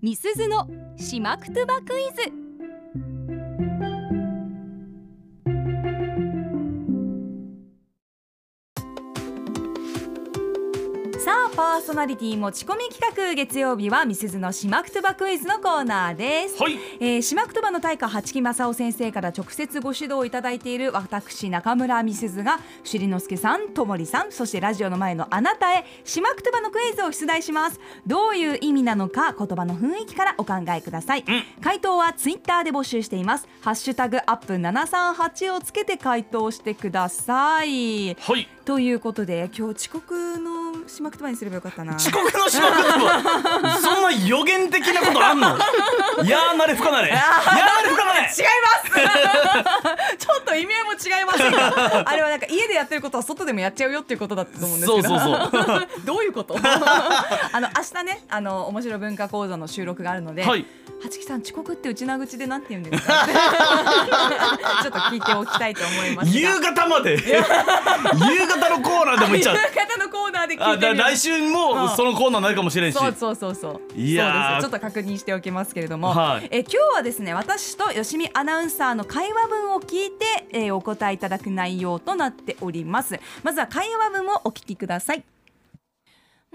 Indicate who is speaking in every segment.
Speaker 1: みすずのしまくとばクイズ
Speaker 2: さあパーソナリティ持ち込み企画月曜日はみすずのしまくとばクイズのコーナーです、
Speaker 3: はい
Speaker 2: えー、しまくとばの大家八木正夫先生から直接ご指導をいただいている私中村みすずが朱里之助さんともりさんそしてラジオの前のあなたへしまくとばのクイズを出題しますどういう意味なのか言葉の雰囲気からお考えください、回答はツイッターで募集していますハッシュタグアップ738をつけて回答してください
Speaker 3: はい
Speaker 2: ということで今日遅刻のしまくとばにすればよかったな
Speaker 3: 遅刻の仕事だとそんな予言的なことあんのいやーなれ不可なれやーなれ不可なれ
Speaker 2: 違います ちょっと意味合いも違いませんがあれはなんか家でやってることは外でもやっちゃうよっていうことだったと思うんですけど
Speaker 3: そうそう
Speaker 2: どういうことあの明日ねあの面白い文化講座の収録があるので、
Speaker 3: はい
Speaker 2: 八木さん遅刻ってうちな口でなんて言うんですか ちょっと聞いておきたいと思いますが
Speaker 3: 夕方まで夕方のコーナーでも行っちゃう
Speaker 2: 夕方のコーナーで聞
Speaker 3: あ
Speaker 2: いて
Speaker 3: だ
Speaker 2: みます
Speaker 3: 来週もそのコーナーないかもしれ んし
Speaker 2: そうそうそうそう。
Speaker 3: いやー
Speaker 2: そうです。ちょっと確認しておきますけれども、
Speaker 3: はい
Speaker 2: え今日はですね、私と吉見アナウンサーの会話文を聞いて、えーお答えいただく内容となっております。まずは会話文をお聞きください。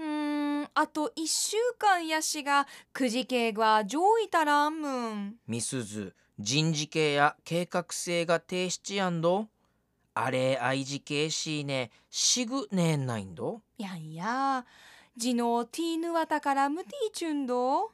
Speaker 2: うーん、あと一週間やしがくじけが上位たらんむん。
Speaker 4: みすず人事系や計画性が提出やんどあれ愛事系しいねしぐねんないんど
Speaker 1: やんや地のティーヌワタからムティーチュンド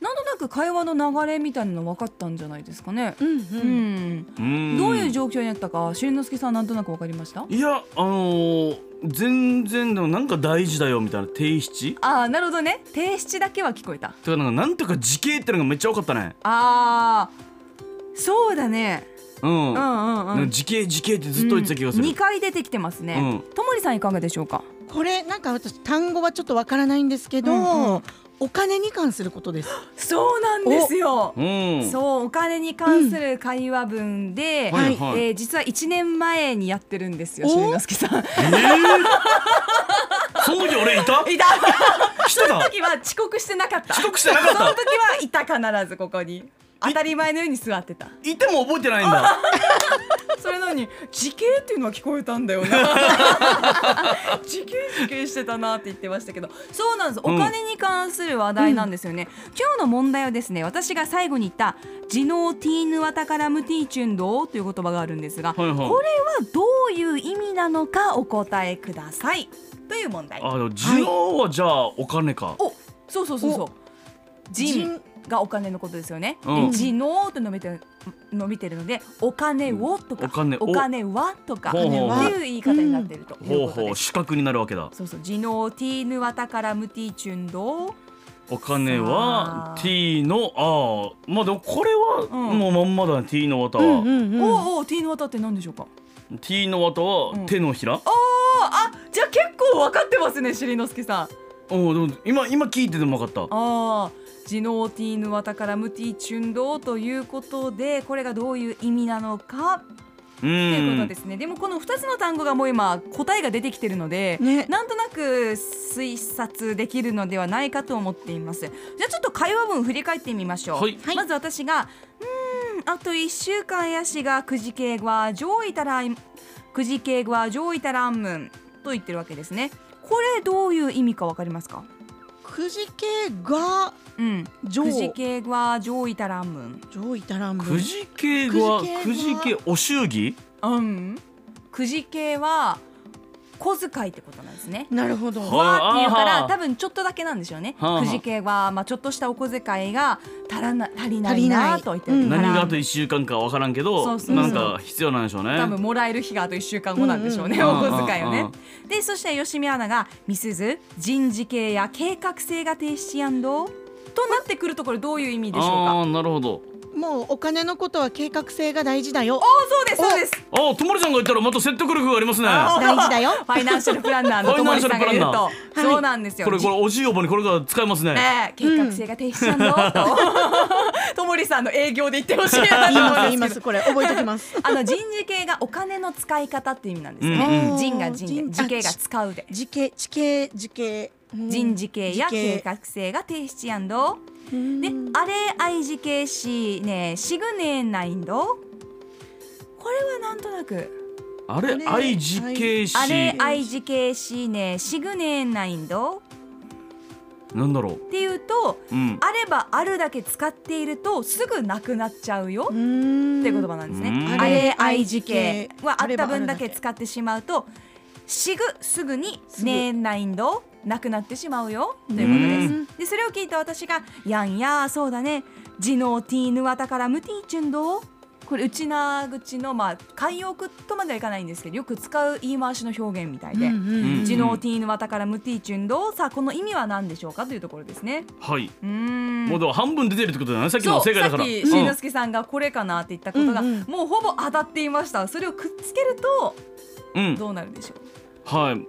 Speaker 2: なんとなく会話の流れみたいなの分かったんじゃないですかね。
Speaker 1: うんう
Speaker 2: うんん。
Speaker 3: うーん
Speaker 2: どういう状況になったか、しゅんのすけさんなんとなく分かりました。
Speaker 3: いやあのー、全然でもなんか大事だよみたいな定七
Speaker 2: ああ、なるほどね。提出だけは聞こえた。
Speaker 3: てかなんかなんとか時系ってのがめっちゃ多かったね
Speaker 2: ああそうだね
Speaker 3: うん、
Speaker 2: う
Speaker 3: なん
Speaker 2: んうんう
Speaker 3: か
Speaker 2: ん
Speaker 3: 時系時系ってずっと言ってた気がする、
Speaker 2: 2回出てきてますね、
Speaker 3: う
Speaker 2: ともりさんいかがでしょうか
Speaker 5: これなんか私単語はちょっとわからないんですけど、
Speaker 2: うん
Speaker 5: お金に関することです。
Speaker 2: そうなんですよ
Speaker 3: うん
Speaker 2: そうお金に関する会話文で、
Speaker 3: はいはい
Speaker 2: えー実は1年前にやってるんですよ
Speaker 5: お
Speaker 2: しののすけさん
Speaker 3: えー、その時俺いた
Speaker 2: いた
Speaker 3: して
Speaker 2: その
Speaker 3: た
Speaker 2: 時は遅刻してなかったそ
Speaker 3: 遅
Speaker 2: の
Speaker 3: 刻してなかっ
Speaker 2: 時 はいた必ずここに当たり前のように座ってた
Speaker 3: たいても覚えてないんだ
Speaker 2: それなのに時系っていうのは聞こえたんだよな 時系時系してたなって言ってましたけどそうなんですお
Speaker 3: うん
Speaker 2: 金に関する話題なんですよね、今日の問題はですね私が最後に言った「ジノーティーヌワタカラムティーチュンドー」という言葉があるんですが、
Speaker 3: はいはい
Speaker 2: これはどういう意味なのかお答えくださいという問題
Speaker 3: あでも需要はじゃあお金か、
Speaker 2: おそうそうそうそうジン
Speaker 5: 人
Speaker 2: がお金のことですよね。
Speaker 3: う
Speaker 2: で、
Speaker 3: ん
Speaker 2: ジノーと伸びてる伸びてるので、お金をとか、
Speaker 3: お金を
Speaker 2: お金はとか、
Speaker 3: ほうほう
Speaker 2: っていう言い方になっているとい
Speaker 3: ほ
Speaker 2: う
Speaker 3: う
Speaker 2: こと
Speaker 3: ほ
Speaker 2: で
Speaker 3: う
Speaker 2: す。
Speaker 3: 資格になるわけだ
Speaker 2: そうそう、ジノーティーヌワタカラムティチュンドー。
Speaker 3: お金
Speaker 2: さあ
Speaker 3: は T のああまあでもこれは
Speaker 2: うん
Speaker 3: もうまんまだね T の綿
Speaker 5: うん
Speaker 3: は、
Speaker 5: うんうん。
Speaker 2: おうおう、ティーヌワタって何でしょうか。
Speaker 3: T の綿
Speaker 2: うん
Speaker 3: は手のひら、
Speaker 2: あ、あ、じゃあ結構分かってますね、しりのすけさん。あ
Speaker 3: うん、でも今今聞いてても分かった
Speaker 2: あ。ジノーティーヌワタカラムティチュンドーということでこれがどういう意味なのか
Speaker 3: う
Speaker 2: ということ
Speaker 3: ん
Speaker 2: ですね、でもこの2つの単語がもう今答えが出てきてるので、
Speaker 5: ね
Speaker 2: なんとなく推察できるのではないかと思っていますじゃあちょっと会話文振り返ってみましょう、
Speaker 3: はい
Speaker 2: まず私が「うーんあと1週間やしがくじけは上位たらんくじけは上位たらんむん」と言ってるわけですねこれどういう意味かわかりますか
Speaker 5: くじけが
Speaker 2: うん
Speaker 5: 上
Speaker 2: くじけは上位たらんむん
Speaker 5: 上いたらんぶん
Speaker 3: くじけは
Speaker 5: く
Speaker 3: く
Speaker 5: じ
Speaker 3: じ
Speaker 5: け
Speaker 3: けお祝儀
Speaker 2: うんくじけは小遣いってことなんですね
Speaker 5: なるほど。
Speaker 3: は
Speaker 2: わーっていうか
Speaker 3: あ
Speaker 2: ら
Speaker 3: ー
Speaker 2: 多分ちょっとだけなんでしょうね
Speaker 3: はあはあ
Speaker 2: くじけは、まあ、ちょっとしたお小遣いが足らな足りな
Speaker 5: 足
Speaker 2: い
Speaker 5: りな
Speaker 2: ないと言ってるか
Speaker 3: 何
Speaker 2: ら、
Speaker 3: があと1週間か分からんけ
Speaker 2: そ
Speaker 3: ど
Speaker 2: うそうそう
Speaker 3: なんか必要なんでしょうね
Speaker 2: 多分もらえる日があと1週間後なんでしょうね、
Speaker 3: うんうん
Speaker 2: お小遣いを
Speaker 3: うん
Speaker 2: ね
Speaker 3: うん。
Speaker 2: でそして吉見アナが「みすず人事系や計画性が停止やんど」となってくるとこれどういう意味でしょう
Speaker 3: あ
Speaker 2: か
Speaker 3: あーなるほど
Speaker 5: もうお金のことは計画性が大事だよ。
Speaker 2: おそうですそうです
Speaker 3: ああともりちゃんが言ったらまた説得力がありますね
Speaker 2: あ
Speaker 5: 大事だよ。
Speaker 2: ファイナンシャルプランナーの友達さんがいる
Speaker 3: ファイ
Speaker 2: と
Speaker 3: ナ
Speaker 5: プランナーはい
Speaker 2: そうなんですよ。
Speaker 3: これこれおじいおばにこれから使えますね
Speaker 2: ねえ計画性が停止やんどと、 ともりさんの営業で言ってほしいな
Speaker 5: 言います
Speaker 2: と
Speaker 5: 言
Speaker 2: 思い
Speaker 5: い
Speaker 2: まけ
Speaker 5: ますす
Speaker 2: ど。
Speaker 5: これ覚えておきます。
Speaker 2: あの人事系がお金の使い方っていう意味なんですよ
Speaker 3: うん
Speaker 2: ね。
Speaker 5: うん
Speaker 2: 人が人で、
Speaker 5: 人
Speaker 2: 時系が使うで。
Speaker 5: 時系時系時系うん
Speaker 2: 人事系や
Speaker 5: 時
Speaker 2: 計画性が提出やんど。で、あれ愛事系しね、シグネーナインド。これはなんとなく。
Speaker 3: あれ
Speaker 5: あれ
Speaker 3: IGKC
Speaker 2: あれ愛事系しね、シグネーナインド。
Speaker 3: なんだろ
Speaker 2: っていうと、
Speaker 3: う、うん、
Speaker 2: あればあるだけ使っていると、すぐなくなっちゃうよ。
Speaker 5: うん
Speaker 2: っていう言葉なんですね。
Speaker 3: うん
Speaker 2: あれ愛事系はあ
Speaker 5: あ
Speaker 2: っ
Speaker 5: れ
Speaker 2: た
Speaker 5: ばあ
Speaker 2: 分
Speaker 5: る
Speaker 2: だ
Speaker 5: だけ
Speaker 2: け使ってしまうと、しぐすぐに
Speaker 5: すぐ
Speaker 2: ねえないんどなくなってしまうよということ
Speaker 5: う
Speaker 2: です。でそれを聞いた私がやんやーそうだね。ジノーティーヌワタからムティーチュンドー。これうちな口のまあ慣用句とまではいかないんですけどよく使う言い回しの表現みたいで。
Speaker 3: うん
Speaker 2: ジノーティーヌワタからムティーチュンドーさあこの意味は何でしょうかというところですね。
Speaker 3: はい、
Speaker 2: うーん。
Speaker 3: もうでも半分出てるってことだねさっきの
Speaker 2: そ
Speaker 3: は
Speaker 2: う
Speaker 3: 正解だから
Speaker 2: さっきしんのすけさんがこれかなって言ったことが、
Speaker 5: うんうん
Speaker 2: もうほぼ当たっていましたそれをくっつけると
Speaker 3: うん、うん
Speaker 2: どうなるでしょう
Speaker 3: はい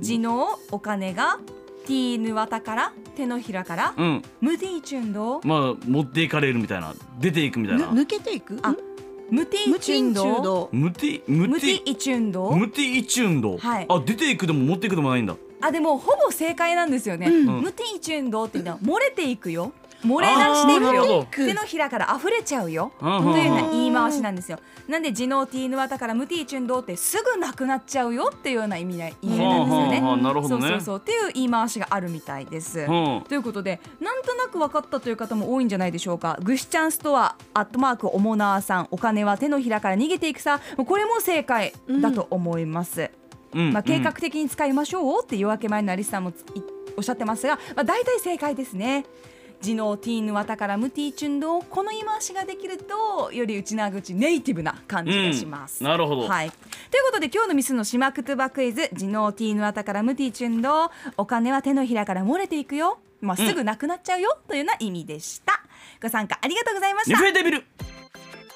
Speaker 2: 地のお金がティーヌワタから手のひらから
Speaker 3: うん
Speaker 2: ムティーチュンドー
Speaker 3: まあ持っていかれるみたいな出ていくみたいな
Speaker 5: ぬ抜けていく
Speaker 2: あ
Speaker 5: ん
Speaker 2: ムティー
Speaker 5: 無
Speaker 2: チュン
Speaker 5: 賃中
Speaker 2: ドー
Speaker 5: 道
Speaker 3: ムティム
Speaker 2: ムテ
Speaker 3: テ
Speaker 2: ィ
Speaker 3: ィ
Speaker 2: ーチュンドー
Speaker 3: ムティイチュンド、
Speaker 2: はい
Speaker 3: あ出ていくでも持っていくでもないんだ
Speaker 2: あでもほぼ正解なんですよね、
Speaker 5: うん
Speaker 2: ムティーチュンドーっていうのは漏れていくよ漏れ出してい
Speaker 3: あーな
Speaker 2: く
Speaker 3: るほ
Speaker 2: よ
Speaker 3: ど
Speaker 2: 手のひらから溢れちゃうよ
Speaker 3: うんうんうん
Speaker 2: というような言い回しなんですよなんでジノーティーヌワタからムティーチュンドーってすぐなくなっちゃうよっていうような意味な意味なんですよね
Speaker 3: はあはあはあなるほどね
Speaker 2: そうそうそうっていう言い回しがあるみたいです
Speaker 3: うん
Speaker 2: ということでなんとなく分かったという方も多いんじゃないでしょうかグシちゃんストアアットマークオモナーさんお金は手のひらから逃げていくさこれも正解だと思います、
Speaker 3: うん
Speaker 2: まあ、計画的に使いましょうって夜明け前のアリスさんもついおっしゃってますが、まあ、大体正解ですね。ジノーティーヌワタからムティーチュンドーこの言い回しができるとよりうちなぐちネイティブな感じがします。
Speaker 3: うんなるほど
Speaker 2: はい、ということで今日のミスのしまくとばクイズ「ジノーティーヌワタからムティーチュンドーお金は手のひらから漏れていくよ」まあ、すぐなくなっちゃうよ、というような意味でした。ご参加ありがとうございまし
Speaker 3: リ
Speaker 2: た
Speaker 3: フレデビル